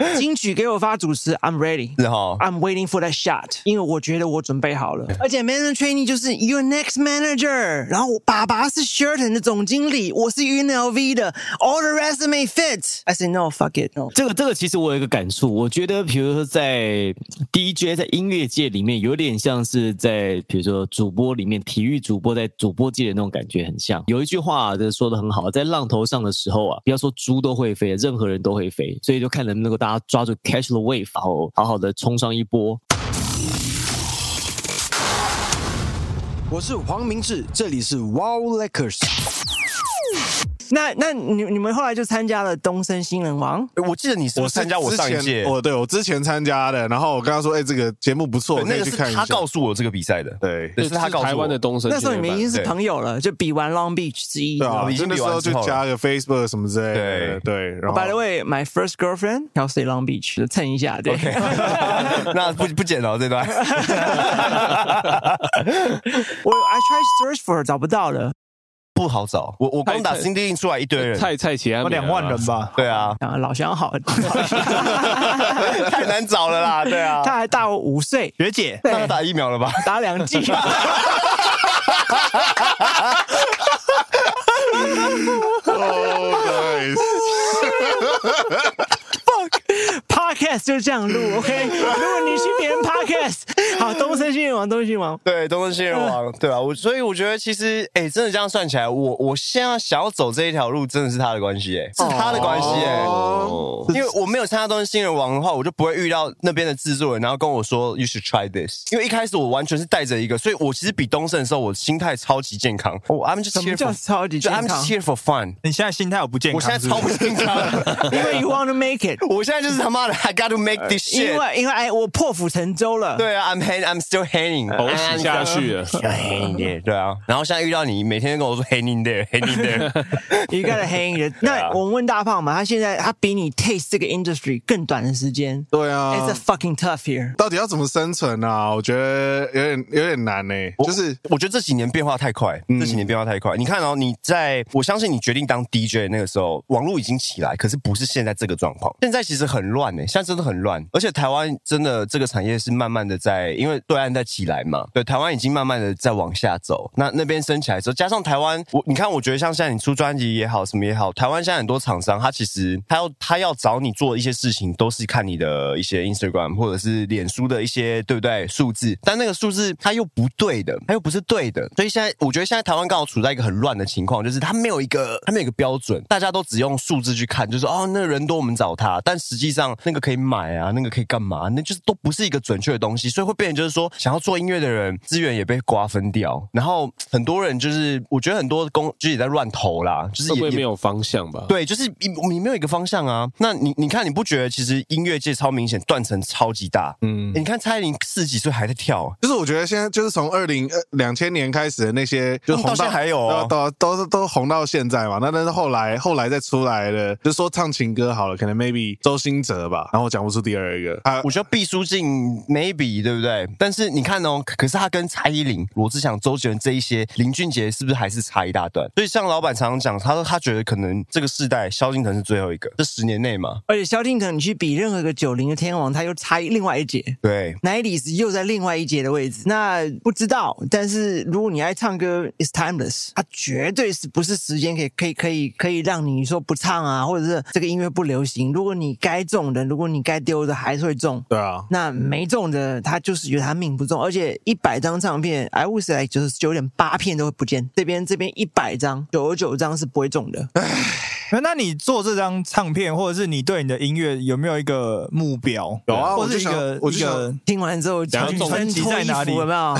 金曲给我发主持，I'm ready。是哈， I'm waiting for that shot，因为我觉得我准备好了。 而且 manager trainee 就是 your next manager，然后我爸爸是 Sheraton 的总经理，我是 UNLV 的，all the resume fits。I say no, fuck it, no。这个这个其实我有一个感触，我觉得比如说在 DJ 在音乐界里面，有点像是在比如说主播里面，体育主播在主播界的那种感觉很像。有一句话这说的很好，在浪头上的时候啊，不要说猪都会飞，任何人都会飞，所以就看能不能够大家抓住 catch the wave，然后好好的冲上一波。我是黄明志，这里是 Wow Lakers。那那你你们后来就参加了东森新人王，诶哎我记得你是不是参加我上一之届前，我对我之之前参加的，然后我跟他说，哎，这个节目不错，对那可以个去是看一他下。告诉我这个比赛的，对对，是他告诉我台湾的东森，那时候你们已经是对朋友了，就比完 Long Beach 之一。对啊，已就经那比时完候之就后了加个 Facebook 什么之类对哦的，对，然后 By the way, my first girlfriend, Kelsey Long Beach，蹭一下，对。那不不剪了这 段。我 I tried search for her，找不到了。，不好找。我我光打太 Cindy Lin 出来一堆人，蔡蔡奇安有两万人吧？对啊啊，老乡好， 太难找了啦，对啊。他还大我五岁，学姐，那他打疫苗了吧？打两 季。 Oh, nice. Podcast 就是这样录，OK？如果你听别 人 Podcast，好，东森新人王，东森新人王，对，东森新人王，对啊，我所以我觉得其实，哎、真的这样算起来，我我现在想要走这一条路，真的是他的关系、哎，是他的关系、哎、哦哦因为我没有参加东森新人王的话，我就不会遇到那边的制作人，然后跟我说 you should try this，因为一开始我完全是带着一个，所以我其实比东森的时候，我心态超级健康，我、I'm just 什么 here 叫 for 超级就健 I'm 康 just here for fun，你现在心态有不健我康现在是不超是不健康的，因为 you want to make it，我现在就是他妈的 I gotta make this 因 shit，为因为哎，我破釜沉舟了。对啊，I'm hang, I'm still hanging，狗屎哦下去了。要 hanging there，对啊。然后现在遇到你，每天跟我说 hanging there，hanging there， You gotta hang it。那我们问大胖嘛，他现在他比你 taste 这个 industry 更短的时间。对啊 It's a fucking tough here。到底要怎么生存啊？我觉得有点有点难呢、就是我觉得这几年变化太快，这几年变化太快。你看哦，你在我相信你决定当 DJ 的那个时候，网络已经起来，可是不是现在这个状况。现在其实很乱呢、现在真的很乱，而且台湾真的这个产业是慢慢的在，因为对岸在起来嘛，对，台湾已经慢慢的在往下走。那那边升起来之后，加上台湾，我你看，我觉得像现在你出专辑也好，什么也好，台湾现在很多厂商，他其实他要他要找你做一些事情，都是看你的一些 Instagram 或者是脸书的一些对不对数字，但那个数字它又不对的，它又不是对的，所以现在我觉得现在台湾刚好处在一个很乱的情况，就是它没有一个它没有一个标准，大家都只用数字去看，就是哦那个人多我们找他，但实际上那个可以买啊，那个可以干嘛，那就是都不是一个准确的东西，所以会变成就是说想要做音乐的人资源也被瓜分掉，然后很多人就是我觉得很多工就是也在乱投啦，就是会不也会也没有方向吧？对，就是你你没有一个方向啊。那你你看，你不觉得其实音乐界超明显断层超级大？嗯，你看蔡依林四十几岁还在跳，就是我觉得现在就是从二零呃两千年开始的那些，就们嗯是到红现在还有哦都啊都都都红到现在嘛。那但是后来后来再出来的，就说唱情歌好了，可能 maybe 周兴哲吧，然后我讲不出第二个，他我觉得毕书尽 maybe 对不对？但是你看哦，可可是他跟蔡依林、罗志祥、周杰伦这一些，林俊杰是不是还是差一大段？所以像老板常常讲，他说他觉得可能这个世代萧敬腾是最后一个，这十年内嘛。而且萧敬腾，你去比任何一个九零的天王，他又差另外一截。对， 90s 又在另外一节的位置，那不知道。但是如果你爱唱歌，is timeless，它绝对是不是时间可以可以可以可以让你说不唱啊，或者是这个音乐不流行。如果你该中的，如果你该丢的，还是会中。对啊，那没中的，他就是觉得他命不中，而且一百张唱片，I would say 就是九点八片都会不见。这边这边一百张，九十九张是不会中的。那你做这张唱片，或者是你对你的音乐有没有一个目标？有啊或者是一我就个想我就一想个听完之后，想要中全身脱在衣哪里服有没有？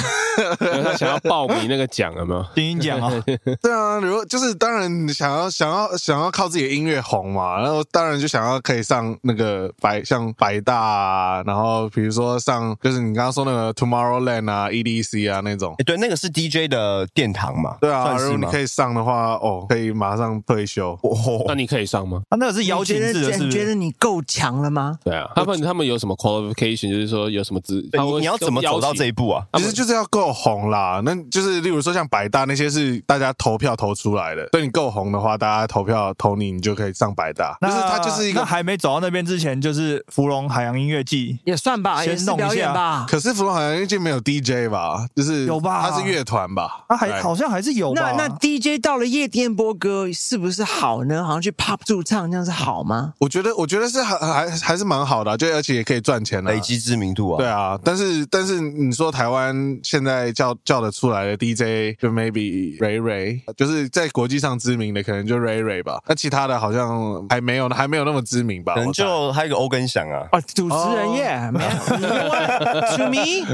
因为他想要报名那个奖，有没有？听你讲啊，对啊，如果就是当然你想要想要想要靠自己的音乐红嘛，然后当然就想要可以上那个百像百大啊，然后比如说上就是你刚刚说那个 Tomorrowland 啊、EDC 啊那种。欸诶对，那个是 DJ 的殿堂嘛。对啊，算如是果你吗可？以上的话，哦，可以马上退休。哦那你可以上吗？ 啊那个是邀请制的，是不你觉得你够强了吗？对啊，他们他们有什么 qualification，就是说有什么资，对他你会你要怎么走到这一邀请？步啊？其实就是要够红啦，那就是例如说像百大那些是大家投票投出来的，对你够红的话，大家投票投你，你就可以上百大。就那是它就是一那个，还没走到那边之前，就是芙蓉海洋音乐季，也算吧，先也是弄一表演下吧。可是芙蓉好像就没有 DJ 吧？就是有吧它是乐团吧？啊，还对好像还是有那吧。那 DJ 到了啊夜店播歌是不是好呢？好像去 pub 驻唱这样是好吗？我觉得我觉得是还还还是蛮好的啊、就而且也可以赚钱的、累积知名度啊。对啊，但是但是你说台湾现在叫叫得出来的 DJ 就 maybe Ray Ray，就是在国际上知名的可能就 Ray Ray 吧，那其他的好像还没有还没有那么知名吧，可能我猜就还有一个欧根祥啊，哦，主持人耶， 没有你我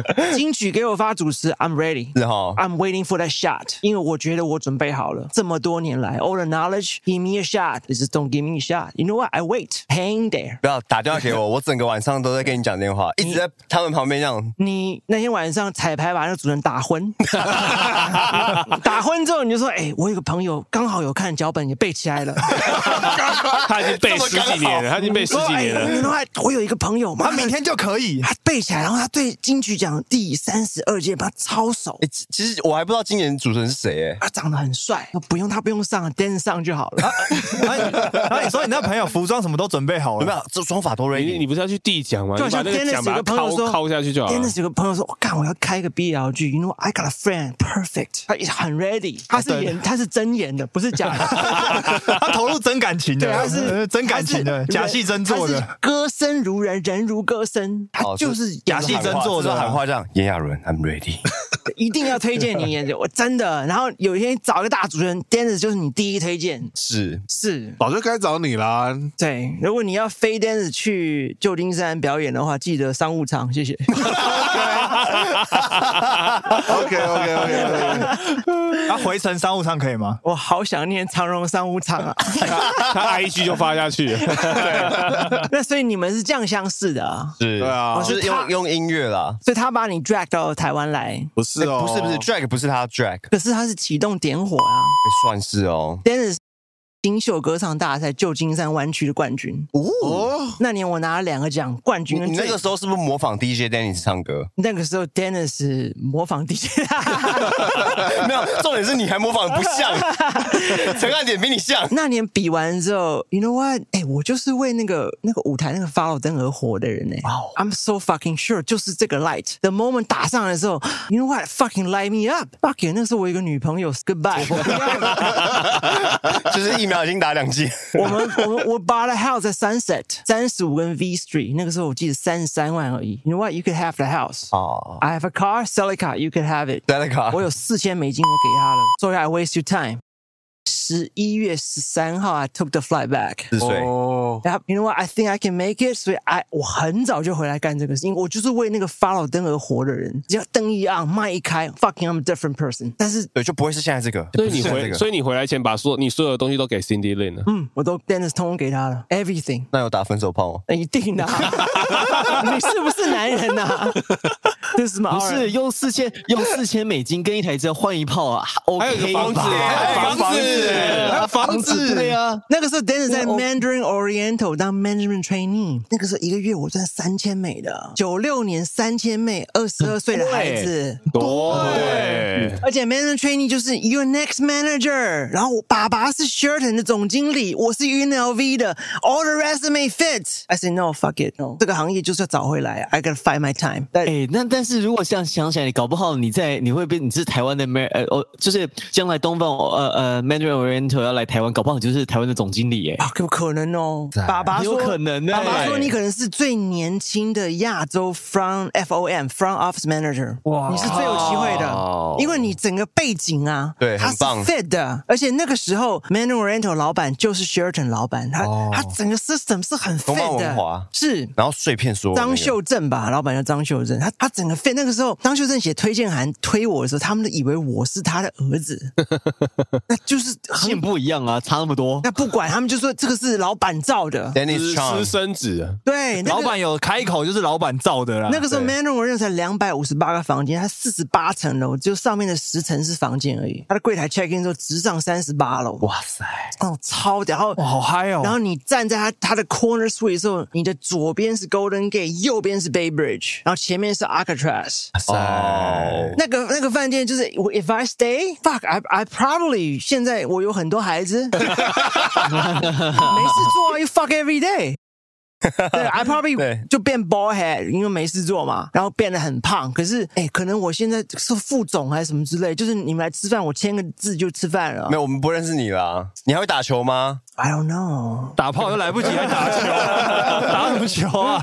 ，to me，金曲给我发主持，I'm ready。是哈。 I'm waiting for that shot，因为我觉得我准备好了。这么多年来，all the knowledge，give me a shot，just don't give me a shot。You know what? I wait, hang there。不要打电话给我，我整个晚上都在跟你讲电话，一直在他们旁边这样。你那天晚上彩排把那个主持人打 昏，打昏之后你就说：“哎、我有个朋友刚好有看脚本，也背起来了。他已经背十 几年了，他已经背十说”几年哎了。你说哎我有一个朋友，他妈明天就可以。他背起来，然后他对金曲奖第三十二届把他抄手哎、。其其实我还不知道今年主持人是谁哎、他长得很帅，不用他不用上，dance 上就好啊了。然后你然后你说你那朋友服装什么都准备好有没了，有？这妆法都 ready，你你不是要去地奖吗？就你把像那个 Dennis 奖有把它个朋友敲说敲下去啊就好了。 Dennis 有个朋友说：“我干，我要开一个 BL g You know, I got a friend, perfect。”他很 ready，他啊是演，他是真演的，不是假 的。 他投入真感情的，对，他是呃真感情他的，是假戏真他做是的。歌声如人，人如歌声，他哦就是假演戏得真喊话做的就是啊喊话这样。炎亚纶，I'm ready。好一定要推荐你演的，我真的。然后有一天找一个大主持人，Dennis 就是你第一推荐， 是，是早就该找你啦。对。如果你要飞 Dennis 去旧金山表演的话，记得商务舱，谢 谢。 OK OK OK，他回程商务舱可以吗？我好想念长荣商务 舱啊。他哎 IG 就发下去了，那所以你们是这样相似的啊，是， 对啊就是哦是他用用音乐啦。所以他把你 drag 到台湾来，不是哎哦，不是不是，drag 不是他 drag，可是他是启动点火啊。哎算是哦。 Dennis 新秀歌唱大赛旧金山湾区的冠军，哦，那年我拿了两个奖，冠你军跟你那最个时候是不是模仿 DJ Dennis 唱歌？那个时候 Dennis 模仿 DJ，没有，重点是你还模仿得不像，陈汉典比你像。那年比完之后，You know what？哎、我就是为那个那个舞台那个发 o 灯而活的人呢、I'm so fucking sure，就是这个 light。The moment 打上来的时候，You know what？Fucking light me up！Fuck you！那时候我有一个女朋友，Goodbye。 就是疫苗已经打两剂，我们我们我 bought a house at Sunset，三十五跟 V Street，那个时候我记得三十三万而已。You know what? You could have the house. 哦 I have a car, sell a car. You could have it. 在那啊卡我有四千美金，我给他了。Sorry, I waste your time. 十一月十三号，I took the flight back. 四岁，哦，然后 you know what? I think I can make it. 所以 I 我很早就回来干这个事情，我就是为那个发老灯而活的人。只要灯一按，麦一开，fucking I'm a different person。但是对，就不会是现在这个。所以不是你现在回，这所个，以你回来前把所有你所有的东西都给 Cindy Lin 了。嗯，我都 Dennis 通通给他了，everything。那有打分手炮吗？那一定的、啊， 你是不是男人呐、 啊？这是什么？不是用四千用四千美金跟一台车换一炮啊还有一个？OK 房子耶吧还有房子耶还有房子对啊，那个时候 Dennis 在 Mandarin Oriental 当 management trainee，那个时候一个月我赚三千美的，九六年三千美，二十二岁的孩子，对，而且 management trainee 就是 your next manager，然后我爸爸是 Sheraton 的总经理，我是 UNLV 的，all the resume fit。I say no fuck it no，这个行业就是要找回来，I gotta find my time。但哎、那但是如果像想起来，搞不好你在你会被你是台湾的 Mar 呃哦，就是将来东方呃呃 Mandarin Oriental 要来台湾，搞不好你就是台湾的总经 理耶、啊，可不可能哦？爸爸说有可能欸呢爸爸说对你可能是最年轻的亚洲 from FOM front office manager，哇，你是最有机会的，因为你整个背景啊，哦对他很是棒 fit 的，而且那个时候 m a n o Oriental 老板就是 Sheraton 老板，他他整个 system 是很哦东方 fit 文华的，是。然后碎片说张秀正吧，老板叫张秀正，他他整个 fit 那个时 候，张秀正写推荐函推我的时候，他们都以为我是他的儿子，那就是就是很线不一样啊，差那么 多。那不管他们就说这个是老板造的， Dennis 私 Chang 私生子，对，那个老板有开口就是老板造的啦。那个时候对 Mandarin 认才两百五十八个房间，它四十八层楼，只有上面的十层是房间而已。它的柜台 check in 之后直上三十八楼，哇塞，哦超屌！然后哇，好嗨哦！然后你站在它它的 corner suite 的时候，你的左边是 Golden Gate，右边是 Bay Bridge，然后前面是 Alcatraz。哦，那个那个饭店就是我，if I stay fuck I I probably 现在我有很多孩 子，没事做啊，you fuck every day。对，I probably 对就变 ball head，因为没事做嘛，然后变得很胖。可是，哎，可能我现在是副总还是什么之类，就是你们来吃饭，我签个字就吃饭了没。有，我们不认识你啦。你还会打球吗？ I don't know。打炮又来不及，还打球， 打什么球啊？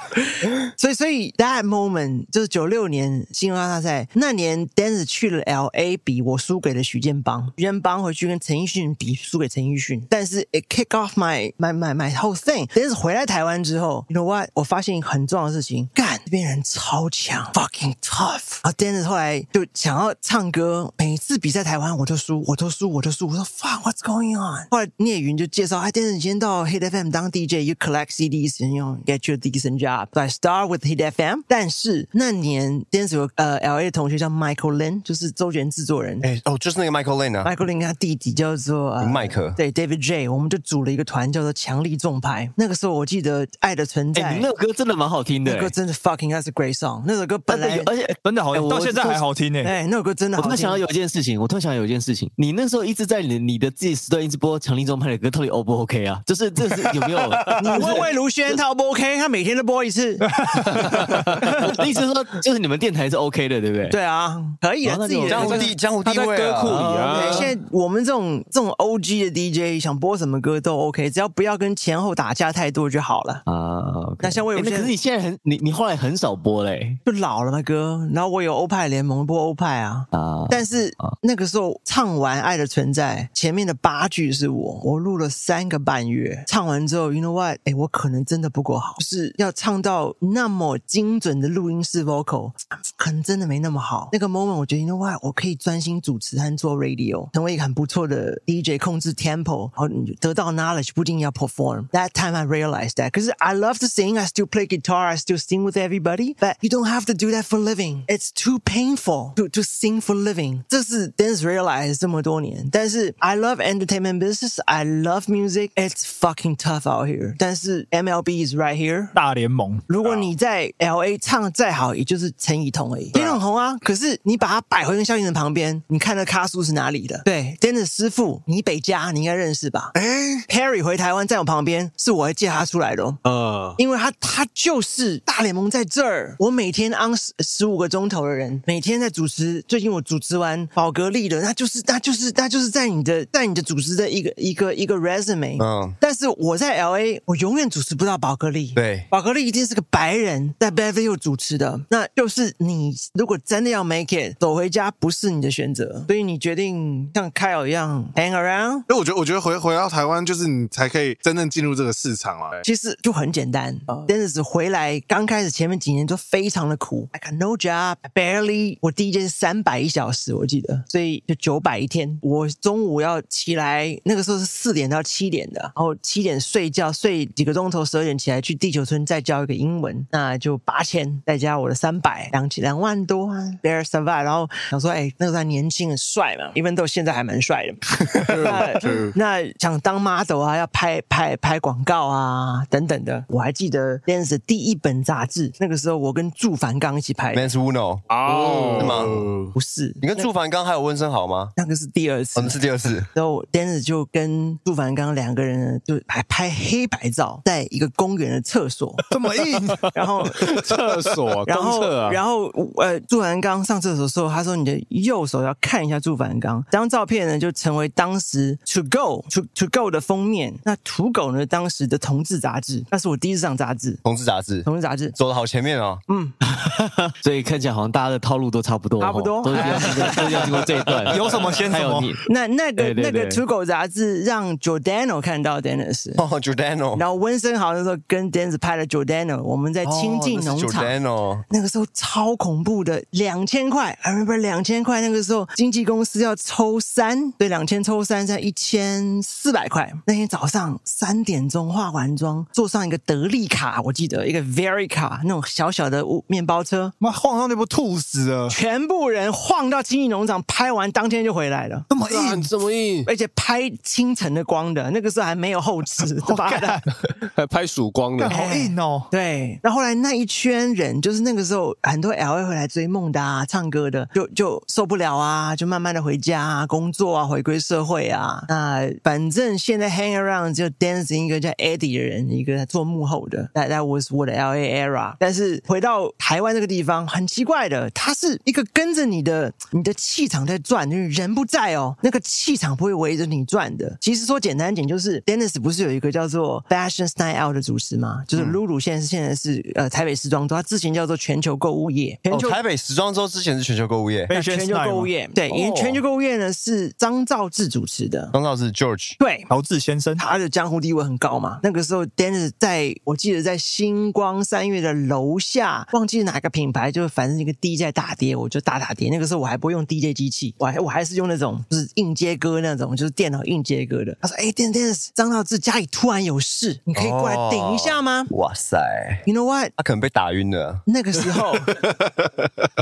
所以，所以 that moment 就是九六年新闻大赛那年，Dance 去了 L A 比，我输给了许建邦，许建邦回去跟陈奕迅比，输给陈奕迅。但是 it kick off my my my my whole thing。Dance 回来台湾之后，you know what？我发现一个很重要的事情，干这边人超强，fucking tough。然后 Dance 后来就想要唱歌，每次比赛台湾我都输，我都输，我都输。我说 fuck what's going on？后来聂云就介绍，哎，Dance 你先到 Hit FM 当 DJ，you collect CDs and you know, get your decent job。So I start with Hit FM。但是那年 Dance 有呃 LA 的同学叫 Michael Lin，就是周杰伦制作人。哎，哦，就是那个 Michael Lane 啊， Michael Lin 跟他弟弟叫做、呃、麦克对 David J，我们就组了一个团叫做强力重拍。那个时候我记得《爱的存在哎，》你那首歌真的蛮好听的那欸，歌真的 fucking that's a great song。那首歌本来而且真的好哎，我到现在还好听呢。欸哎、那首歌真的我好突然听想到。有一件事情，我突然想到有一件事情，你那时候一直在你的你的自己时段一直播强力中拍的歌，到底 O 不 OK 啊？就是这是有 没有？你问问卢轩，他 O 不 OK？他每天都播一次。我的意思是说，就是你们电台是 OK 的，对不对？ 对啊，可以啊，哦那自己就的江湖地江湖地他在位歌库啊。里啊对，，现在我们这种这种 O G 的 DJ 想播什么歌都 OK，只要不要跟前后打架太多就好了。啊，OK，那像魏哎如那萱可是你现在很你你后来很少播嘞就老了嘛哥，然后我有欧派联盟播欧派啊。啊，但是那个时候唱完《爱的存在》，前面的八句是我，我录了三个半月，唱完之后，you know what？哎，我可能真的不够好，就是要唱到那么精准的录音室 vocal，可能真的没那么好。那个 moment，我觉得 you know what？我可以专心主持和做 radio，成为一个很不错的 DJ，控制 tempo，然后你就得到 knowledge，不一定要 perform。That time I realized that，可是 I love to sing，I still play guitar，I still sing with everybody，but you don't have to do that for living。It's too painful to to sing for living。这是 Dance realize 这么多年，但是 I love entertainment business，I love music，it's fucking tough out here。但是 MLB is right here。大联盟如果你在 L A 唱得再好，也就是陈以彤而已，也很红啊。可是你把它摆回跟萧敬腾旁边，你看那咖叔是哪里的？对，Dennis 师傅，你北加你应该认识吧？哎，Perry 回台湾在我旁边，是我借他出来的、哦。嗯，因为他他就是大联盟在这儿，我每天 on 十十五个钟头的人，每天在主持。最近我主持完宝格丽的，那就是那就是那就是在你的在你的主持的一个一个一个 resume。嗯，但是我在 L A，我永远主持不到宝格丽。对宝格丽一定是个白人在 Beverly Hill 主持的，那就是你如果真的要 make it，走回家不是你的选择，所以你决定像 Kyle 一样 hang around。因为我觉得，我觉得回回到台湾，就是你才可以真正进入这个市场嘛。其实就很简单。Dennis 回来刚开始前面几年都非常的苦，I got no job, I barely。我第一件三百一小时，我记得，所以就九百一天。我中午要起来，那个时候是四点到七点的，然后七点睡觉，睡几个钟头，十二点起来去地球村再教一个英文，那就八千，再加我的三百，两千两万多啊，barely survive。然后想说，哎，那个时候还年轻很帅嘛，even 到现在还蛮帅的。 那那想当 model 啊，要拍拍拍广告啊，等等的。我还记得 Dance 的第一本杂志，那个时候我跟祝凡刚一起拍的， Mans Uno，哦，是吗？不是，你跟祝凡刚还有温升好吗？那个是第二次我。们是第二次，然后 Dance 就跟祝凡刚两个人呢就还拍黑白照，在一个公园的厕所，这么硬，然后厕哦所，然公后厕啊，然后呃，祝凡刚上厕所的时候，他说你的右手要看一下祝凡刚。这张照片呢，就成为当时 To Go To To Go 的封面。那土狗呢，当时的同志杂志，那是我第一次上杂志，同志杂志同志杂志。走的好前面哦。所以看起来好像大家的套路都差不多哦，差不多都是要经过都是要经过这一段，有什么先什么还有你那那个对对那个对土狗杂志让 Jordano 看到 Dennis，、 哦，Jordano，然后哦温森豪那时候跟 Dennis 拍了 Jordano，我们在亲近农场。 Jordano，那个时候超恐恐怖的，两千块，I remember 两千块，那个时候经纪公司要抽三，对，两千抽三，在一千四百块。那天早上三点钟化完妆，坐上一个德利卡，我记得一个 Very 卡那种小小的屋面包车， 妈晃上那不吐死了，全部人晃到经济农场，拍完当天就回来了。那么硬，这哎么硬，而且拍清晨的光的，那个时候还没有后 置，妈的，还拍曙光的干，好硬哦。对，那后来那一圈人，就是那个时候很多 L A 回来追梦的啊，唱歌的，就就受不了啊，就慢慢的回家啊，工作啊，回归社会啊。那反正现在 hang around 就 dancing 一个叫 Eddie 的人，一个做幕后的。That that was 我的 L A era。但是回到台湾这个地方，很奇怪的，它是一个跟着你的你的气场在转，就是人不在哦，那个气场不会围着你转的。其实说简单一点，就是 Dennis 不是有一个叫做 Fashion Style Out 的主持吗？嗯就是露露现在是现在是呃台北时装周，它之前叫做全球购物业，全哦，球、台北时装周之前是全球购物夜，被全球购物业对，因为全球购物业呢是张兆志主持的，刚好是 George，对。乔治先生，他的江湖地位很高嘛，那个时候 Dennis 在我记得在星光三月的楼下，忘记哪个品牌，就是反正一个 DJ 大碟，我就打打碟。那个时候我还不会用 DJ 机器，我还我还是用那种就是硬接歌那种，就是电脑硬接歌的。他说：“哎、d e n n i s 张兆志家里突然有事，你可以过来顶一下吗、哇塞， y o u know what？他可能被打晕了，那个时 候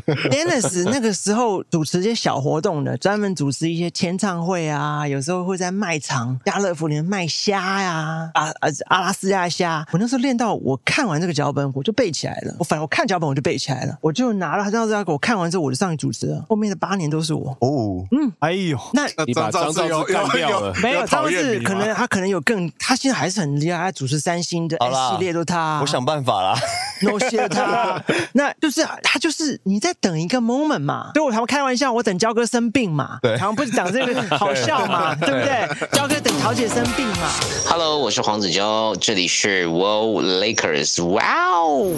，Dennis 那个时候主持一些小活动的，专门主持一些签唱会啊，有时候会在卖场、家乐福里面卖虾呀、啊啊阿拉斯加虾。我那时候练到，我看完这个脚本我就背起来了。我反正我看脚本我就背起来了，我就拿了他张照给我看完之后我就上去主持了。后面的八年都是我。哦，嗯哎呦，那呃那你把张志兆有志干掉了，没有，张讨老厌师你可能他可能有更，他现在还是很厉害，他主持三星的好啦 S 系列都他啊。我想办 法啦， no shit 他，那就是他就是你在等一个 moment 嘛，所以我常开玩笑，我等焦哥生病嘛，对常不是讲这个好笑 嘛，对不对？焦哥等桃姐生病嘛， Hello，我是黄子佼，这里是 Wow Lakers。哇哦！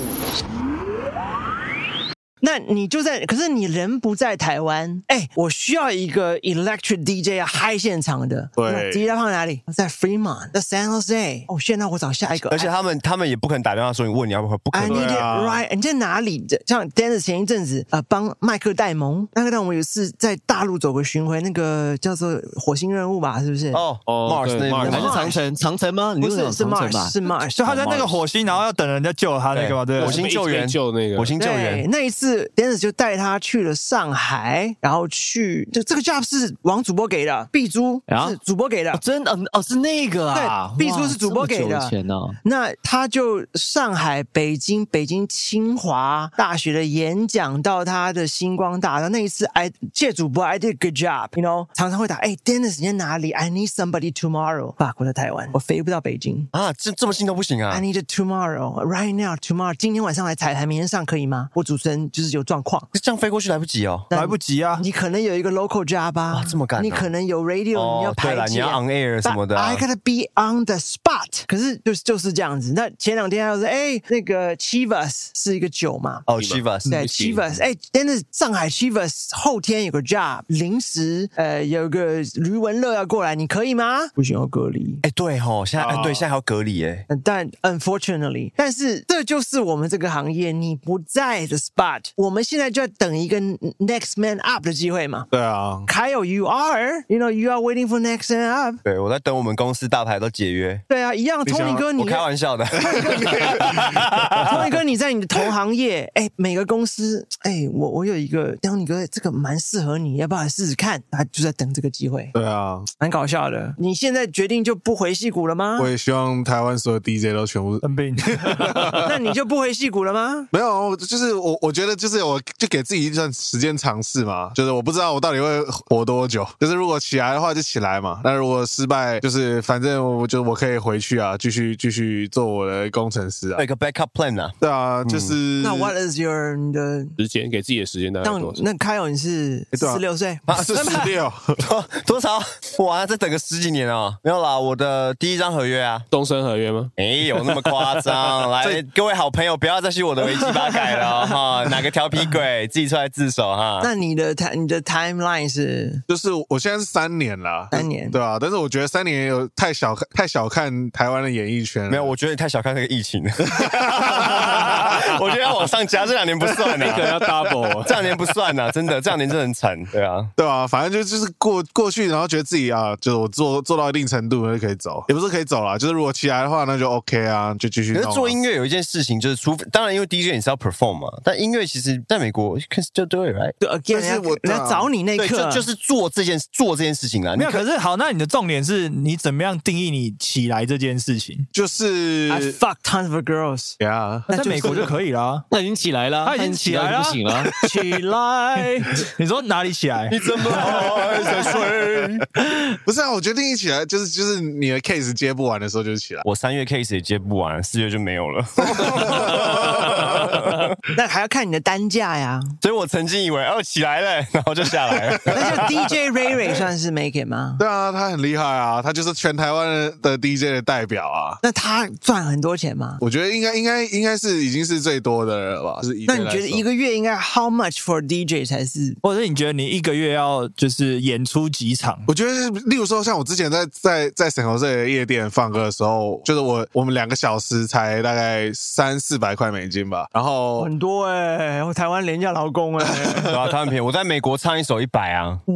那你就在，可是你人不在台湾，哎，我需要一个 electric DJ 啊，嗨现场的，对那，DJ 放哪里？在 Fremont，在 San Jose，哦，现在我找下一个，而且他们他们也不肯打电话说你问你要不要，不可 I 能 need it 对啊 right，你在哪里？像 Dennis 前一阵子呃帮麦克戴蒙，麦克戴蒙我们有一次在大陆走个巡回，那个叫做火星任务吧，是不是？哦哦，Mars 对那 Mars 还边是长城？长城吗？你不为什么是是讲长城吧 Mars，？是 Mars，所以他在那个火星，然后要等人家救他那个嘛，对不火对？星救援救那个火星救对援，，那一次 Dennis 就带他去了上海，然后去就这个 job 是王主播给的，碧珠啊是主播给的，哦真的哦哦，是那个啊，对哇 B 叔是主播给的这么久以前哦，。那他就上海、北京、北京清华大学的演讲到他的星光大道那一次，I 借主播 I did a good job，you know，常常会打哎、d e n n i s 你在哪里？I need somebody tomorrow。法国在台湾，我飞不到北京。啊，这这么近都不行 I 啊， need it tomorrow, right now, tomorrow。今天晚上来彩排，明天上可以吗？我主持人就是有状况，这样飞过去来不及哦，那来不及啊！你可能有一个 local job 啊哇，这么赶哦你可能有 radio，、哦你要排对啦解，你要 on air 什么的 But I 啊 gotta be on the spot。可是就是就是这样子。那前两天还说，哎、那个 Chivas 是一个酒嘛。哦，Chivas，对，Chivas，哎，真的，上海 Chivas 后天有个 job，临时呃有个吕文乐要过来，你可以吗？不行，要隔离。哎，对吼，现在啊哎对，现在还要隔离哎，嗯但 unfortunately，但是这就是我们这个行业，你不在的 spot，我们现在就要等一个 next man up 的机会嘛。对啊， Kyle, you are, you know, you are waiting for next and up。对我在等我们公司大牌都解约，对啊，一样。Tony 哥，你我开玩笑 的， Tony 哥，你在你的同行业， 哎，每个公司，哎，我我有一个 Tony 哥，这个蛮适合你，要不要试试看？他就在等这个机会，对啊，蛮搞笑的。你现在决定就不回戏骨了吗我？也希望台湾所有 DJ 都全部生 病，那你就不回戏骨了 吗？没有，我就是我，我觉得就是我就给自己一段时间尝试嘛，就是我不知道我到底会活多久，就是如果起来的话就起来嘛，那如果失败，就是反正我就我可以回去啊，继续继续做我的工程师啊有，一个 backup plan 啊， 对啊，就是、那 What is your 你的？时间给自己的时间大概那多少？那 Kyle 你是对啊十六岁，是十六，多多少？哇，再等个十几年哦，没有啦，我的第一张合约啊。终身合约吗？没有那么夸张，来，各位好朋友，不要再去我的维基八改了哦哈！哪个调皮鬼自己出来自首哈？那你的 time 你的 timeline 是就是我现在是三年啦，三年对啊，但是我觉得三年有太小看太小看台湾的演艺圈了，没有，我觉得你太小看这个疫情了。 我觉得要往上加，这两年不算你可能啊，要 double 这两年不算啊，真的，这两年真的很惨，对啊。对啊，反正就就是过过去，然后觉得自己啊，就是我做做到一定程度，那就可以走，也不是可以走啦，就是如果起来的话，那就 OK 啊，就继续可弄是啊。做音乐有一件事情，就是除非当然，因为 DJ 你是要 perform 嘛，但音乐其实在美国 you can still do it right。对 again，但是我人对家啊找你那对，刻就就是做这件做这件事情啦。没有，你看可是好，那你的重点是你怎么样定义你起来这件事情？就是。啊 I fuck tons of girls，呀，在美国就可以了 那已经起来了，他已经起来了他已经起来就不行了。起来， 你说哪里起来？你怎么还在睡？不是啊，我决定一起来，就是就是你的 case 接不完的时候就起来。我三月 case 也接不完，四月就没有了。 那还要看你的单价呀。所以我曾经以为哦起来了，然后就下来了。 那就 DJ Ray Ray 算是 make it 吗？对啊，他很厉害啊，他就是全台湾的 DJ 的代表啊。那他赚很多钱吗？我觉得应该应该应该是已经是最多的了吧？就是以那这你觉得来说一个月应该 how much for DJ 才是？或者是你觉得你一个月要就是演出几场？我觉得是，例如说，像我之前在在在沈侯这的夜店放歌的时候，就是我我们两个小时才大概三四百块美金吧，然后很多哎、我台湾廉价劳工哎、对啊，他很便宜。我在美国唱一首一百啊，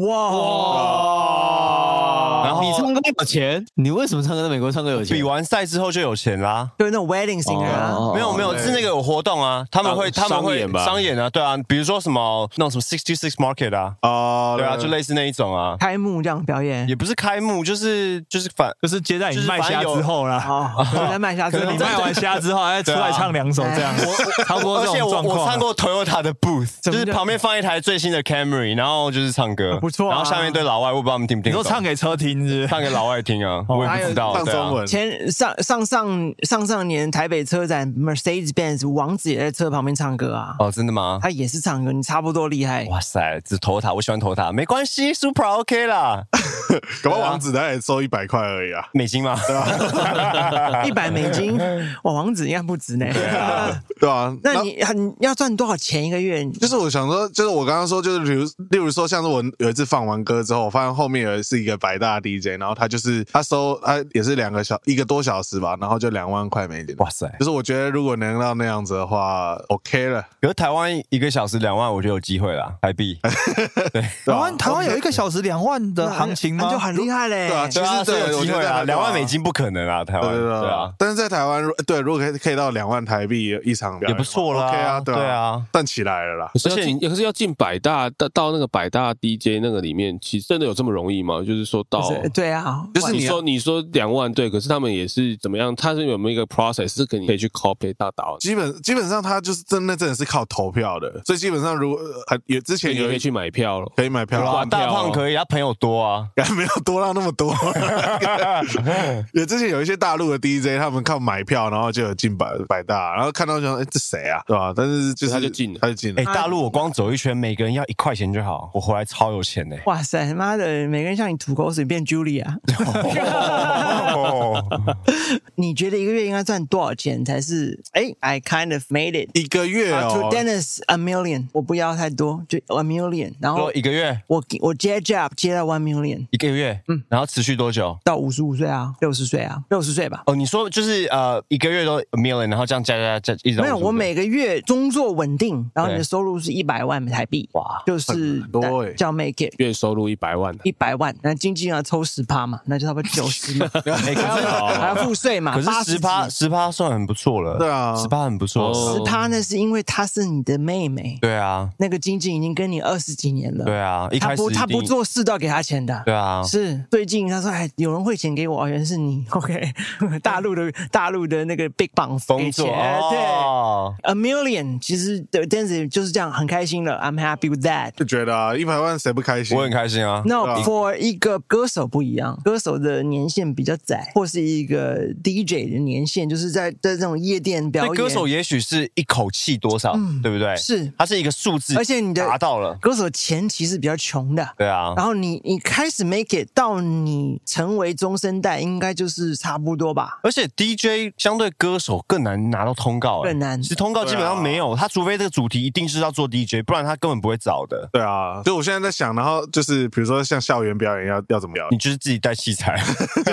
哇！然后你唱歌有钱，你为什么唱歌在美国唱歌有钱？比完赛之后就有钱啦。对，那种 wedding singer 啊，哦没有没有，是那个有活动啊，他们会他商们会商演吧商演啊，对啊，比如说什么那种什么 sixty six market 啊，啊、对啊，嗯就类似那一种啊，开幕这样表演也不是开幕，就是就是反 就是接在你卖虾之后啦，哦，我来卖虾子，可能你你卖卖完虾之后，还出来唱两首这样，差不多而这且种我状况我啊。唱过 Toyota 的 booth，就么是旁边放一台最新的 Camry，然后就是唱歌，不错啊然后下面一堆老外，我不知道他们听不听你得说懂。唱给车听是不是？唱给老外听啊，我也不知道。放对啊中文。前上上上上上年台北车展 Mercedes Benz 王子也在车旁边唱歌啊，哦，真的吗？他也是唱歌，你差不多厉害。哎哇塞，只头塔，我喜欢头塔，没关系，Supra OK 啦， 搞不好王子大概收一百块而已啊。美金嘛，一百美金，哇，王子应该不止呢。对啊， 那你很要赚多少钱一个月？就是我想说，就是我刚刚说，就是例如，例如说，像是我有一次放完歌之后，我发现后面有是一个百大 DJ，然后他就是他收他也是两个小一个多小时吧，然后就两万块美金。 哇塞！就是我觉得如果能到那样子的话，OK 了。比如台湾一个小时两万，我觉得有机会啦，台币。台湾台湾有一个小时两万的行情那吗就？很厉害嘞。对啊对啊， 其实对是有机我会觉得啦，还两好啊万美金不可能啊，台湾。对对对对啊，但是在台湾，如对，如果可以可以到两万台币一场表演的话，也不错啦 OK 啊，对对啊，但起来了啦。可是要进，可是要进百大到到那个百大 DJ 那个里面，其实真的有这么容易吗？就是说到就是对啊，就是哦你你说你说两万对，可是他们也是怎么样？他是有没有一个 process 是可以可以去 copy 大岛，基本基本上他就是真的真的是靠投票的，所以基本上如果呃还有之所前以你有可以去买票了。可以买票哇，啊，票大胖可以，他朋友多啊。没有多到那么 多。也之前有一些大陆的 DJ，他们靠买票，然后就有进百百大，然后看到就说，哎，这谁啊？对吧？但是就是他就进了他就进了哎，。大陆我光走一圈，每个人要一块钱就好，我回来超有钱呢。哇塞，妈的，每个人向你吐口水变 Julia。你 哦觉得一个月应该赚多少钱才是？哎，I kind of made it。Uh, 一个月 To 哦， Dennis a million，我不要太多，就 a million。然后说一个月，我我接 job 接到 one million，一个月，嗯，然后持续多久？到五十五岁啊，六十岁啊，六十岁吧。哦，你说就是呃，一个月都 million，然后这样加加加，一直到没有， 55我每个月工作稳定，然后你的对收入是一百万台币，哇，就是很多欸叫 make it 月收入一百万的，一百万，那经济要抽十趴嘛，那就差不多九十嘛， 哎可还是要还要付税嘛，可是十趴十十趴算很不错了，对啊十趴很不错了，哦趴那是因为她是你的妹妹，对啊，那个经济已经跟你二十几年了，对啊，一她开始不她一定不，做事都要给她钱的，对啊，是最近他说，哎，有人汇钱给我，哦原来是你，OK，大陆的大陆的那个 Big Bang 工作呃对。哦， A million，其实对 d a n c 就是这样，很开心了。I'm happy with that。就觉得啊，一百万谁不开心我？很开心啊， No, for 一个歌手不一样，歌手的年限比较窄，或是一个 DJ 的年限，就是在在这种夜店表那演。嗯歌手也许是一口气多少，对不对？是它是一个数字，而且你的达到了，歌手前期是比较穷的，对啊然，后你你开始 make it 到你成为中生代，应该就是差不多吧。而且 DJ 相对歌手更难拿到通告、哎更难其实通告基本啊上没有，他除非这个主题一定是要做 DJ，不然他根本不会找的。对啊，所以我现在在想，然后就是比如说像校园表演要要怎么表演你，就是自己带器材，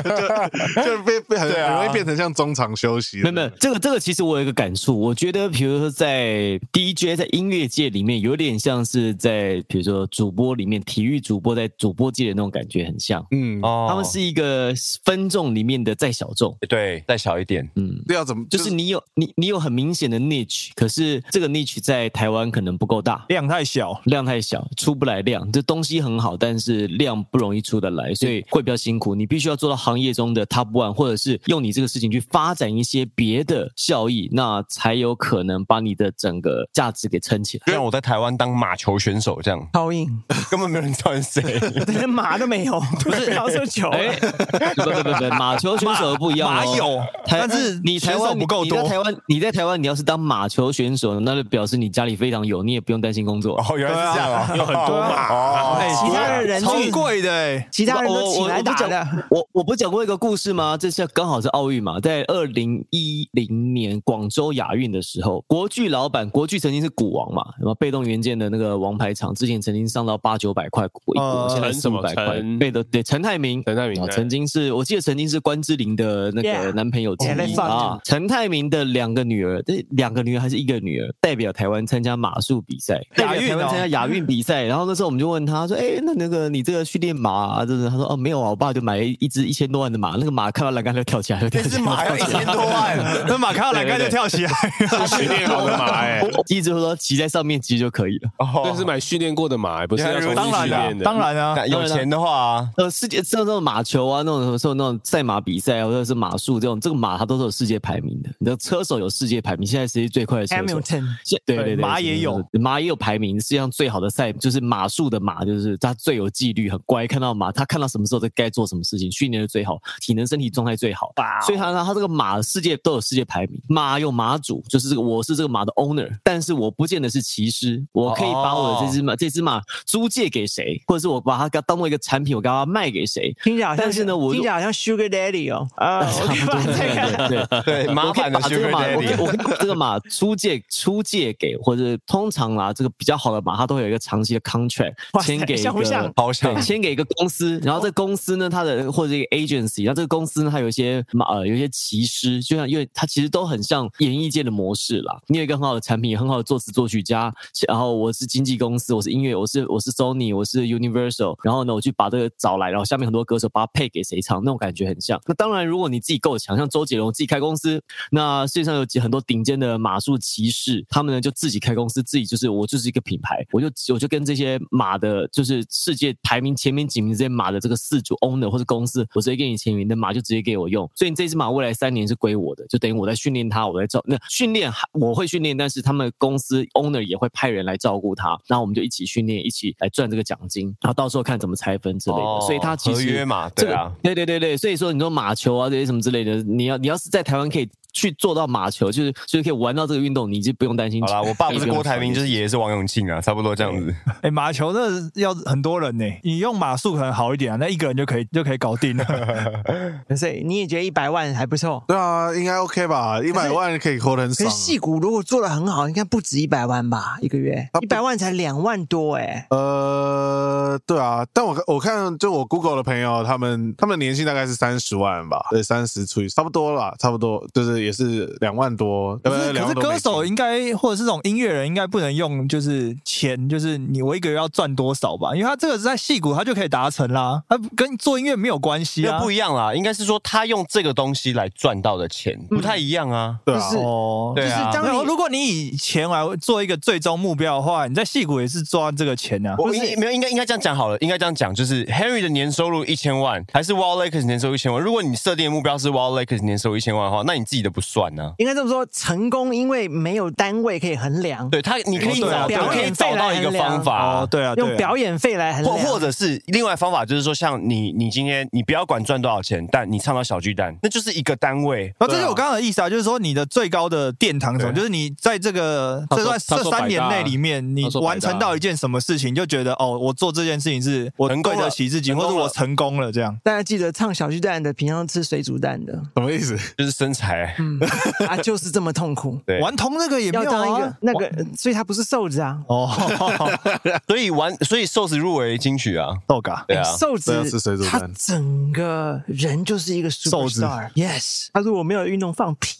就被被很对啊很容易变成像中场休息。没有没有，这个这个其实我有一个感触，我我觉得，比如说在 DJ 在音乐界里面，有点像是在比如说主播里面，体育主播在主播界的那种感觉很像。嗯，哦他们是一个分众里面的再小众，对再小一点，嗯，这要怎么就是你有你你有很明显的 niche，可是这个 niche 在台湾可能不够大，量太小，量太小，出不来量。这东西很好，但是量不容易出得来，所以会比较辛苦。你必须要做到行业中的 top one，或者是用你这个事情去发展一些别的效益，那才有可能把你的整个价值给撑起来。就像我在台湾当马球选手这 样，超硬，根本没有人知道你是谁。连马都没有，不是要这球啊，哎，不不不不，马球选手不一样马哦。有台但是你台选湾手不够你你在多台湾你在台湾，你要是当马球选手，那就表示你家里非常有，你也不用担心工作。哦，原来是这样啊，有很多马哎哦，其他 的人超就是贵的哎，其他人我都我起来我不打讲的。我我不讲过一个故事吗？这是刚好是奥运嘛，在二零一零年广州亚运的时候，国巨老板国巨曾经是股王嘛，然后被动元件的那个王牌厂，之前曾经上到八九百块股一股，呃现在哦陈四什五么百块陈。被动对陈泰明，陈泰明啊对曾经是我记得曾经是关之琳的那 Yeah 个男朋友之 Alexander 一啊。陈泰明的两个女儿，这两个女儿还是一个女儿，代表台湾参加马术比赛，代亚表运台湾哦参加亚运比赛。然后那时候我们就问他说：“哎、那那个你这个训练马、啊，就是他说哦没有啊，我爸就买一只一千多万的马，那个马看到栏 杆就跳起来了。”这只马要一千多 万，那马看到栏杆就跳起来，训练好的马 哎，一直说骑在上面骑就可以了。哦那是买训练过的马欸，不是要 重当新然训练了，的。当然啊，那有钱的话啊，呃，世界像这种马球啊，那种什么时候那种赛马比赛啊，或者是马术这种，这个马它都是有世界排名的。你的车手有世界排名，现在谁是最快的车手？ Hamilton 现对对对对，马是也的有，是的马也有排名，世界上最好的赛就是马术的马，就是它最有纪律，很乖，看到马，它看到什么时候该做什么事情，训练的最好，体能身体状态最好，所以它哦呢，它这个马世界都有世界排名，马有马主，就是这个我是这个马的 owner，但是我不见得是骑师，我可以把我的这只哦马、这只马租借给谁，或者是我把它当做一个产品，我给它卖给谁，听起来好像，但是呢我听起来好像 Sugar Daddy 哦，啊，我 差不多这 个对对对。 对，麻我可以烦的把这 Sugar 个马，我可以 Daddy，我可以把这个马租借出借给，或者通常啦，这个比较好的马，它都会有一个长期的 contract 哇塞签给一个像不像好像对签给一个公司，然后这个公司呢，它的或者一个 agency，然后这个公司呢，它有一些马呃有一些骑师，就像因为它其实都很像演艺界的模式啦。你有一个很好的产品，很好的作词作曲家，然后我是经纪公司，我是音乐，我是我是 Sony，我是 Universal，然后呢，我去把这个找来，然后下面很多歌手把它配给谁唱，那种感觉很像。那当然，如果你自己够强，像周杰伦自己开公司，那世界上有几很多顶尖的马术骑士，他们呢就自己开公司，自己就是我就是一个品牌，我就我就跟这些马的，就是世界排名前面几名这些马的这个饲主 owner 或者公司，我直接给你签名，你的马就直接给我用，所以你这只马未来三年是归我的，就等于我在训练它，我在照那训练还我会训练，但是他们公司 owner 也会派人来照顾它，然后我们就一起训练，一起来赚这个奖金，然后到时候看怎么拆分之类的，哦所以它其合实约嘛，这对个啊，对对对对，所以说你说马球啊这些什么之类的，你要你要是在台湾可以去做到马球，就是就是可以玩到这个运动，你就不用担心。好啦，我爸不是郭台铭，就是是爷爷是王永庆啊，差不多这样子。哎，马球那要很多人呢，你用马术可能好一点啊，那一个人就可以就可以搞定了。所以你也觉得一百万还不错。对啊，应该 OK 吧？一百万可以活得很可爽是啊。戏骨如果做的很好，应该不止一百万吧？一个月他一不百万才两万多哎、呃，对啊，但我看我看就我 Google 的朋友，他们他们年薪大概是三十万吧，对，三十除以差不多啦，差不多就是也是两万多，呃，可是两可万是多美歌金手应该或者是这种音乐人应该不能用就是钱，就是你我一个月要赚多少吧？因为他这个是在戏骨，他就可以达成啦，他跟做音乐没有关系那啊。不一样啦，应该是说他用这个东西来赚到的钱嗯不太一样啊。对就啊是，哦，对啊就是当当你如果你以钱来做一个最终目标的话，你在戏骨也是抓这个钱啊。我应没有应该应该这样讲好了，应该这样讲，就是 Henry 的年收入一千万，还是 Wall Lakers 年收入一千万？如果你设定的目标是 Wall Lakers 年收入一千万的话，那你自己的不算啊呢、应该这么说，成功因为没有单位可以衡量，对他，你可以哦对啊找，表可以演找费到来一个衡量方法、哦，对啊，对啊用表演费来衡或量，或者是另外方法，就是说，像你，你今天你不要管赚多少钱，但你唱到小巨蛋，那就是一个单位。然后这就是我刚刚的意思啊，就是说你的最高的殿堂什么，对就是你在这个他这说段他这说三年百大内里面，你他说百大完成到一件什么事情，就觉得哦，我做这件事情是我成功对了得起自己，成或功者了我成功了这样。大家记得唱小巨蛋的，平常吃水煮蛋的，什么意思？ 就是身材，嗯， 啊，就是这么痛苦。对顽童那个也没要有当一个啊，那个，所以他不是瘦子啊，哦， 所以完，所以瘦子入围金曲啊，豆嘎，对啊，瘦子对啊是水煮他蛋整个人就是一个瘦子 superstar。Yes，他说我没有运动，放屁。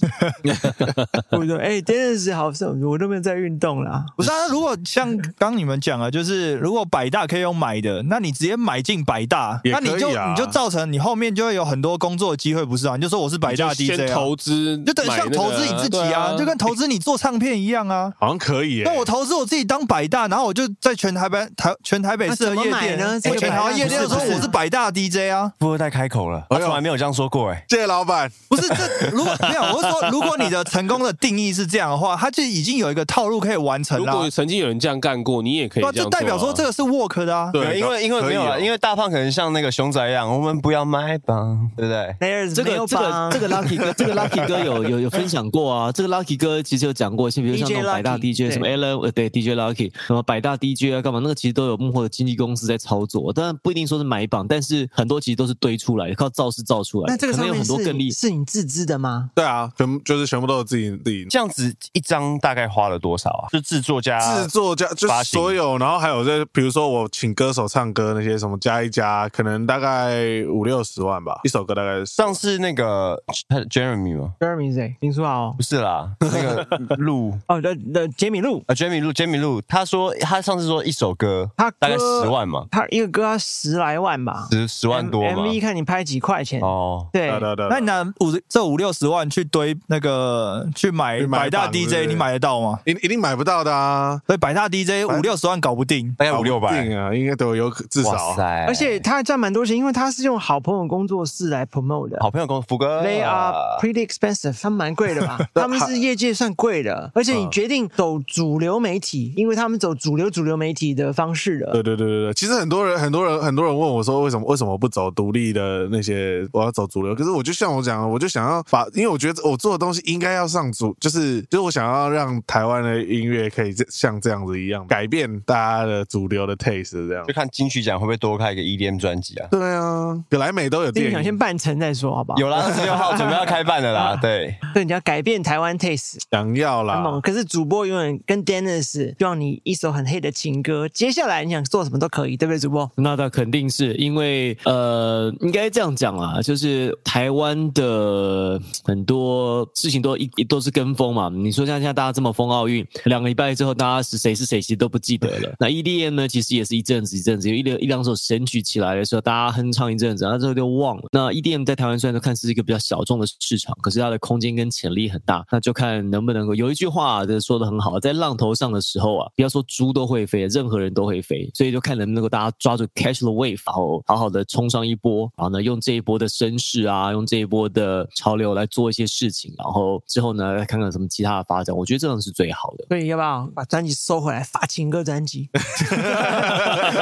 我说哎，Dennis 好瘦，我都没有在运动啦。不是啊，如果像刚你们讲啊，就是如果百大可以用买的，那你直接买进百大，也那可以啊你就你就造成你后面就会有很多工作机会，不是啊？你就说我是百大你就 DJ 先啊，投资，就等于像买那个投资你自己对啊，就跟投资你做唱片一样啊。好像可以耶、那我投资我自己当百大，然后我就在全台北台全台北市的夜那怎么买店呢这我个全台湾夜店百大说不是我是百大 DJ 啊，富二代开口了，他从来没有这样说过哎、谢谢老板，不是这如果没有，我是说如果你的成功的定义是这样的话，它就已经有一个套路可以完成如了啊果，曾经有人这样干过，你也可以对啊，这就样做啊。代表说这个是 work 的啊。对，因为因为没有啊，因为为大胖可能像那个熊仔一样，我们不要买榜，对不对？ There's 这没个有这个吧这个 Lucky 哥，这个 Lucky 哥有有有分享过啊。这个 Lucky 哥其实有讲过一些，比如像那 DJ 种百大 Lucky，对 DJ 什么 Alan 呃对 DJ Lucky 什么百大 DJ 啊干嘛，那个其实都有幕后的经纪公司在操作，当然不一定说是买榜，但是很多其实都是堆出来的，靠造势造出来的。那这个可上能有面很多是更你厉是你自知的吗？对啊，全就是全部都是自己自己这样子一张大概花了多少啊？就制作加制作加就发是行所有，然后还有这，比如说我请歌手唱歌那些什么加一加，可能大概五六十万吧，一首歌大概是上次那个他 Jeremy 吗？ Jeremy 谁？林书豪不是啦，那个路啊哦，那那杰米露，啊，Jeremy 路，Jeremy 路，他说他上次说一首歌，他歌大概十万嘛，他一个歌要十来万吧，十十万多嘛 M-，MV 看你拍几块钱，哦，对对。对对啊那对你拿五这五六十万去堆那个去买去买百大榜对 DJ，不对你买得到吗？一一定买不到的啊，所以百大 DJ 五六十万搞 不定。大概五六搞不百定，啊，应该都有可至哇少塞，而且他还赚蛮多钱，因为他是用好朋友工作室来 promote 的。好朋友跟我福哥 They are 啊 pretty expensive，他们蛮贵 的吧？他们是业界算贵嗯的，而且你决定走主流媒体，因为他们走主流主流媒体的方式了对。对对对对，其实很多人很多人很多人问我说，为什么为什么不走独立的那些，我要走主流？可是我就像我讲的，我就想要把，因为我觉得我做的东西应该要上主，就是就是我想要让台湾的音乐可以这像这样子一样，改变大家的主流的 taste 这样就。看金曲奖会不会多开一个 EDM 专辑啊？对啊，格莱美都有金电曲奖先影，办成再说，好不好？有啦，二十六号准备要开办了啦，对，对，你要改变台湾 taste，想要很猛。啊啦。可是主播永远跟 Dennis 让你一首很黑的情歌，接下来你想做什么都可以，对不对，主播？那他肯定是因为呃，应该这样讲啊，就是台湾的很多事情都一都是跟风嘛。你说像现在大家这么疯奥运，两个礼拜之后，大家是谁是谁其实都不记得了。那 EDM 呢，其实也是一阵子一阵子，有一两一两首神曲起来的时候，大家哼唱一阵子，然后之后就忘了。那 EDM 在台湾虽然说看似是一个比较小众的市场，可是它的空间跟潜力很大，那就看能不能够。有一句话的说的很好，在浪头上的时候啊，不要说猪都会飞，任何人都会飞，所以就看能不能够大家抓住 catch the wave，然后好好的冲上一波，然后呢，用这一波的声势啊，用这一波的潮流来做一些事情，然后之后呢，看看有什么其他的发展，我觉得这样是最好的。所以要不要把专辑收回来发情歌专辑？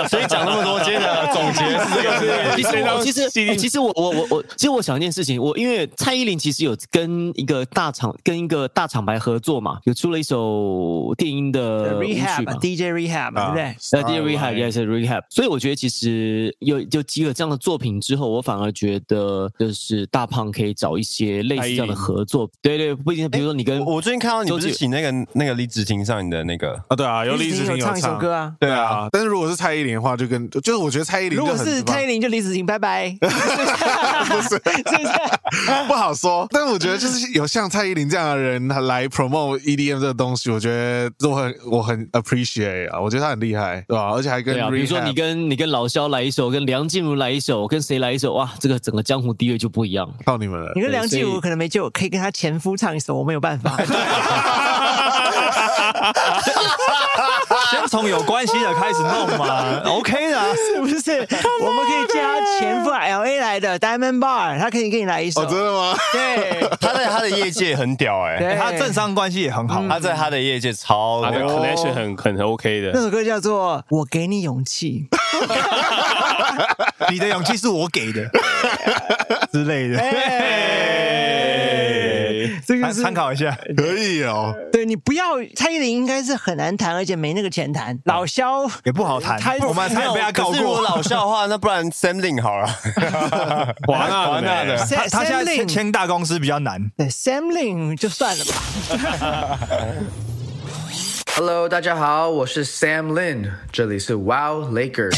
所以讲那么多，今天的总结是这个，其实我其实哎其实我我我我，其实我想一件事情，我因为蔡依林其实有跟一个大厂跟一个大厂牌合作嘛，有出了一首电音的呃舞曲嘛 Rehab DJ Rehab，、对不啊对？那 d rehab 也是 rehab，所以我觉得其实有有几个这样的作品之后，我反而觉得就是大胖可以找一些类似这样的合作，对对，不一定，比如说你跟、我我最近看到你不是周杰请那个那个李子婷上你的那个，啊，对啊，有李子有婷唱一首唱歌啊。对对，啊，但是如果是蔡依林的话，就跟就是我觉得蔡依林如就果很是蔡依林，就李子婷，拜拜。不是，是不是？不好说，但我觉得就是有像蔡依林这样的人来 promote EDM 这个东西，我觉得我很我很 appreciate 啊，我觉得他很厉害，对吧、而且还跟对啊，比如说你 Rehab 跟你跟老萧来一首，跟梁静茹来一首，跟谁来一首，哇，这个整个江湖地位就不一样了。靠你们了你，跟梁静所茹以可能没救，可以跟她前夫唱一首，我没有办法。先从有关系的开始弄嘛，OK 的啊。是不是？我们可以叫他前夫 L A 来的 Diamond Bar，他可以给你来一首。哦，真的吗？对，他在他的业界很屌哎，对他政商关系也很好，啊他在他的业界超他的哦屌， connection 很很 OK 那的。首歌叫做《我给你勇气》。你的勇气是我给的之类的。哎，这个参是参考一下。可以哦，对你不要蔡依林应该是很难谈，而且没那个钱谈。老萧也不好谈他我们差点被他告过。没有可是我老笑话，那不然 Sam Lin 好了， 华纳的嘞， Sam- 他他现 Sam 在 Lin 签签大公司比较难。对 Sam Lin 就算了吧。 Hello，大家好，我是 Sam Lin，这里是 Wow Lakers。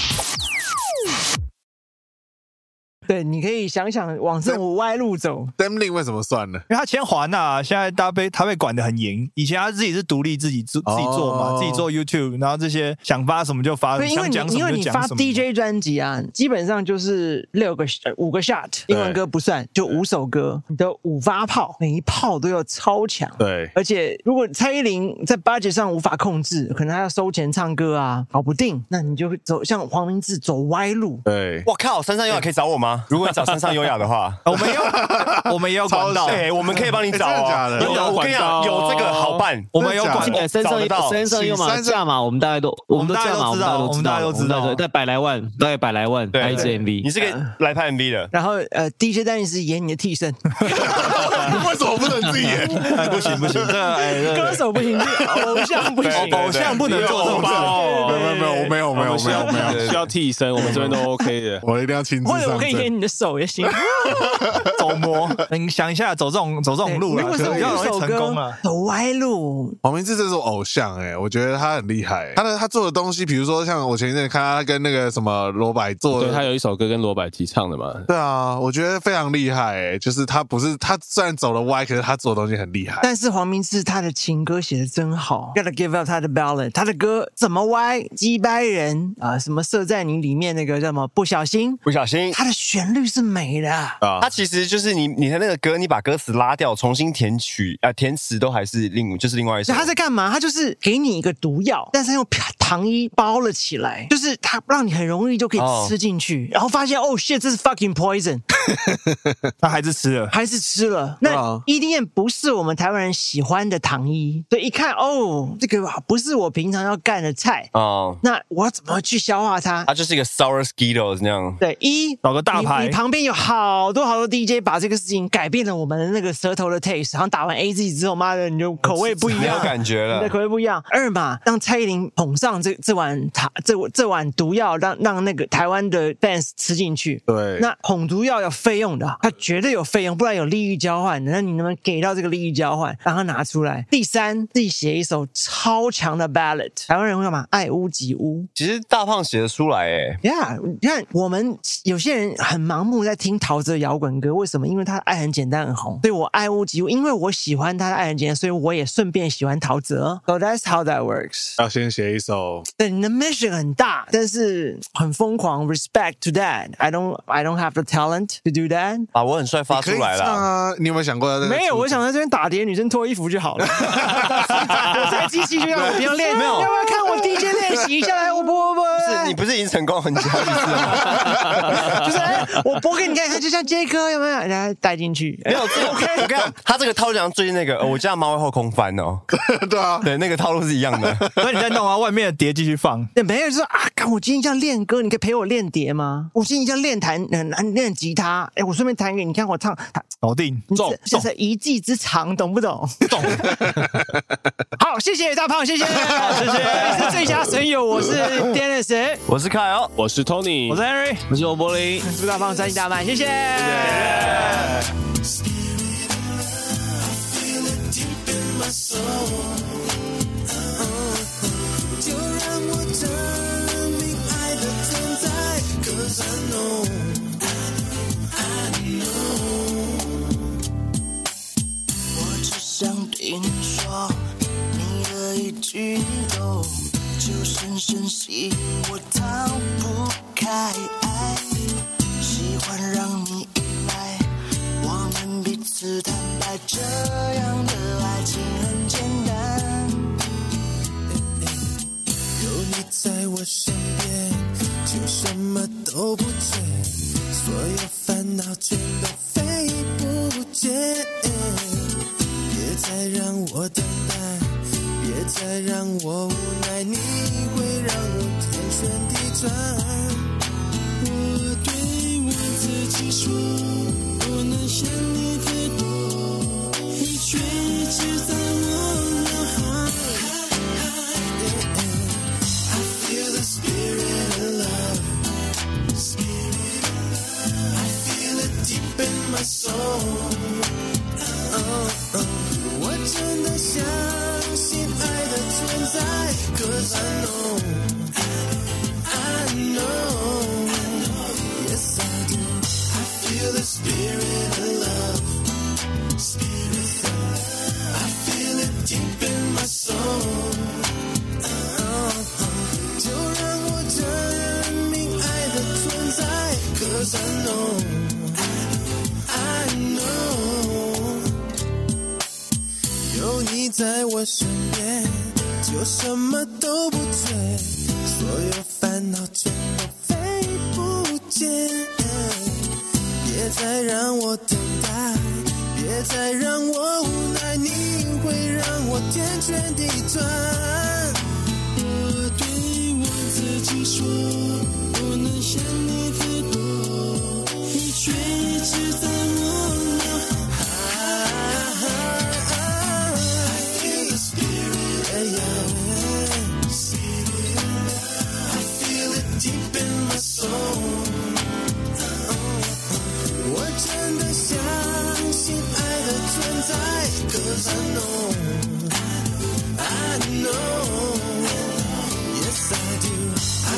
对，你可以想想往这种歪路走。 Sam Lin 为什么算呢？因为他签华纳，现在他被他被管得很严。以前他自己是独立自己自自己做嘛，哦自己做 YouTube，然后这些想发什么就发，对，因为想你讲什因为么就你讲发什么。 DJ 专辑啊，基本上就是六个呃五个 shot，英文歌不算，就五首歌，你的五发炮，每一炮都要超强。对，而且如果蔡依林在 budget 上无法控制，可能她要收钱唱歌啊，搞不定，那你就会走向黄明志走歪路。对，我靠，山上优雅可以找我吗？ 如果你找山上优雅的 话哦，我们也有我们也有管道，哎，我们可以帮你找真的啊假。的真的，我跟你讲，有这个好办。我们有管真的。道哎，山上找得到山上有马山上价码，我们大概都我们都我们大价概码，都知道我们大概都知我们大概都知道我们大概百来万，大概百来万拍一支你 MV。是可以来拍 MV 的。然后呃，DJ 丹尼斯演你的 替身，为什么不能自己演？不行不行，这个哎这歌个手不行，偶像不行，对对对偶像不能做这种事没哦有没有没有没有没有没有没有，需要替身，我们这边都 OK 的。我一定要亲自或者我上可以阵。演你的手也行。走模，你想一下，走这种走这种路如了，果可是能比较五容易首成功啊歌了。走歪路，黄明志这是我偶像哎、我觉得他很厉害、他的他做的东西，比如说像我前一阵看他跟那个什么罗百做对的，他有一首歌跟罗百吉唱的嘛，对啊，我觉得非常厉害、欸，就是他不是他虽然走了歪，可是他做的东西很厉害。但是黄明志他的情歌写的真好，Gotta Give Up 他的 ballad，他的歌怎么歪，击败人啊，什么射在你里面那个叫什么不小心，不小心，他的旋律是美的。啊它，其实就是你你的那个歌，你把歌词拉掉，重新填曲啊、呃填词都还是另就是另外一首。所以他在干嘛？他就是给你一个毒药，但是他用啪糖衣包了起来，就是他让你很容易就可哦以吃进去，然后发现哦 shit，这是 fucking poison，那还是吃了，还是吃了。对那啊 EDM 不是我们台湾人喜欢的糖衣，所以一看哦，这个不是我平常要干的菜，哦，那我怎么去消化它？它就是一个 sour skittles 那样。对，一找个大你牌你旁边有好多好多 DJ 把这个事情改变了我们的那个舌头的 taste，然后打完 AZ 之后，妈的，你就口味不一没有样，感觉 你了的。口味不一样。二嘛，让蔡依林捧上这这碗茶，这这碗毒药，让让那个台湾的 fans 吃进去。对，那捧毒药有费用的啊，它绝对有费用，不然有利益交换的。那你能不能给到这个利益交换，让它拿出来？第三，自己写一首超强的 ballad，台湾人会干嘛？爱屋及乌。其实大胖写得出来哎，呀，你看我们有些人很盲目在听陶喆摇滚歌，为什么？因为他的爱很简单很红，所以我爱屋及乌。因为我喜欢他的爱很简单，所以我也顺便喜欢陶喆。So Oh, that's how that works。要先写一首，对，你的 mission 很大，但是很疯狂。Respect to that. I don't, I don't have the talent to do that. 把啊我很帅发出可以来唱了。啊！你有没有想过要在？没有，我想在这边打碟，女生脱衣服就好了。 我才机器就让我不要 练，没有，要不要看我 DJ 练习一下哎来？我不啊不不，不是你不是已经成功很久了吗？ 就是哎，我播给你看，看，就像杰哥有没有？然后带进去， 没有，这个我跟你讲，他这个套路像最近那个，呃我家的猫会后空翻哦， 对啊，对，那个套路是一样的。所以你再 弄啊，外面的碟继续放。那没有就说啊，干我今天要练歌，你可以陪我练碟吗？我今天要练弹，呃练吉他，哎，我顺便弹给你看，我唱，弹搞定，你中这这是一技之长，懂不懂？中， 好，谢谢大胖，谢 啊谢，谢 谢，是最佳损友，我是 Dennis， 我是凯哦，我是 Tony，我是 Henry。我是王柏林。祝大胖三星大卖，谢谢一句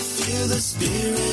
feel the spirit.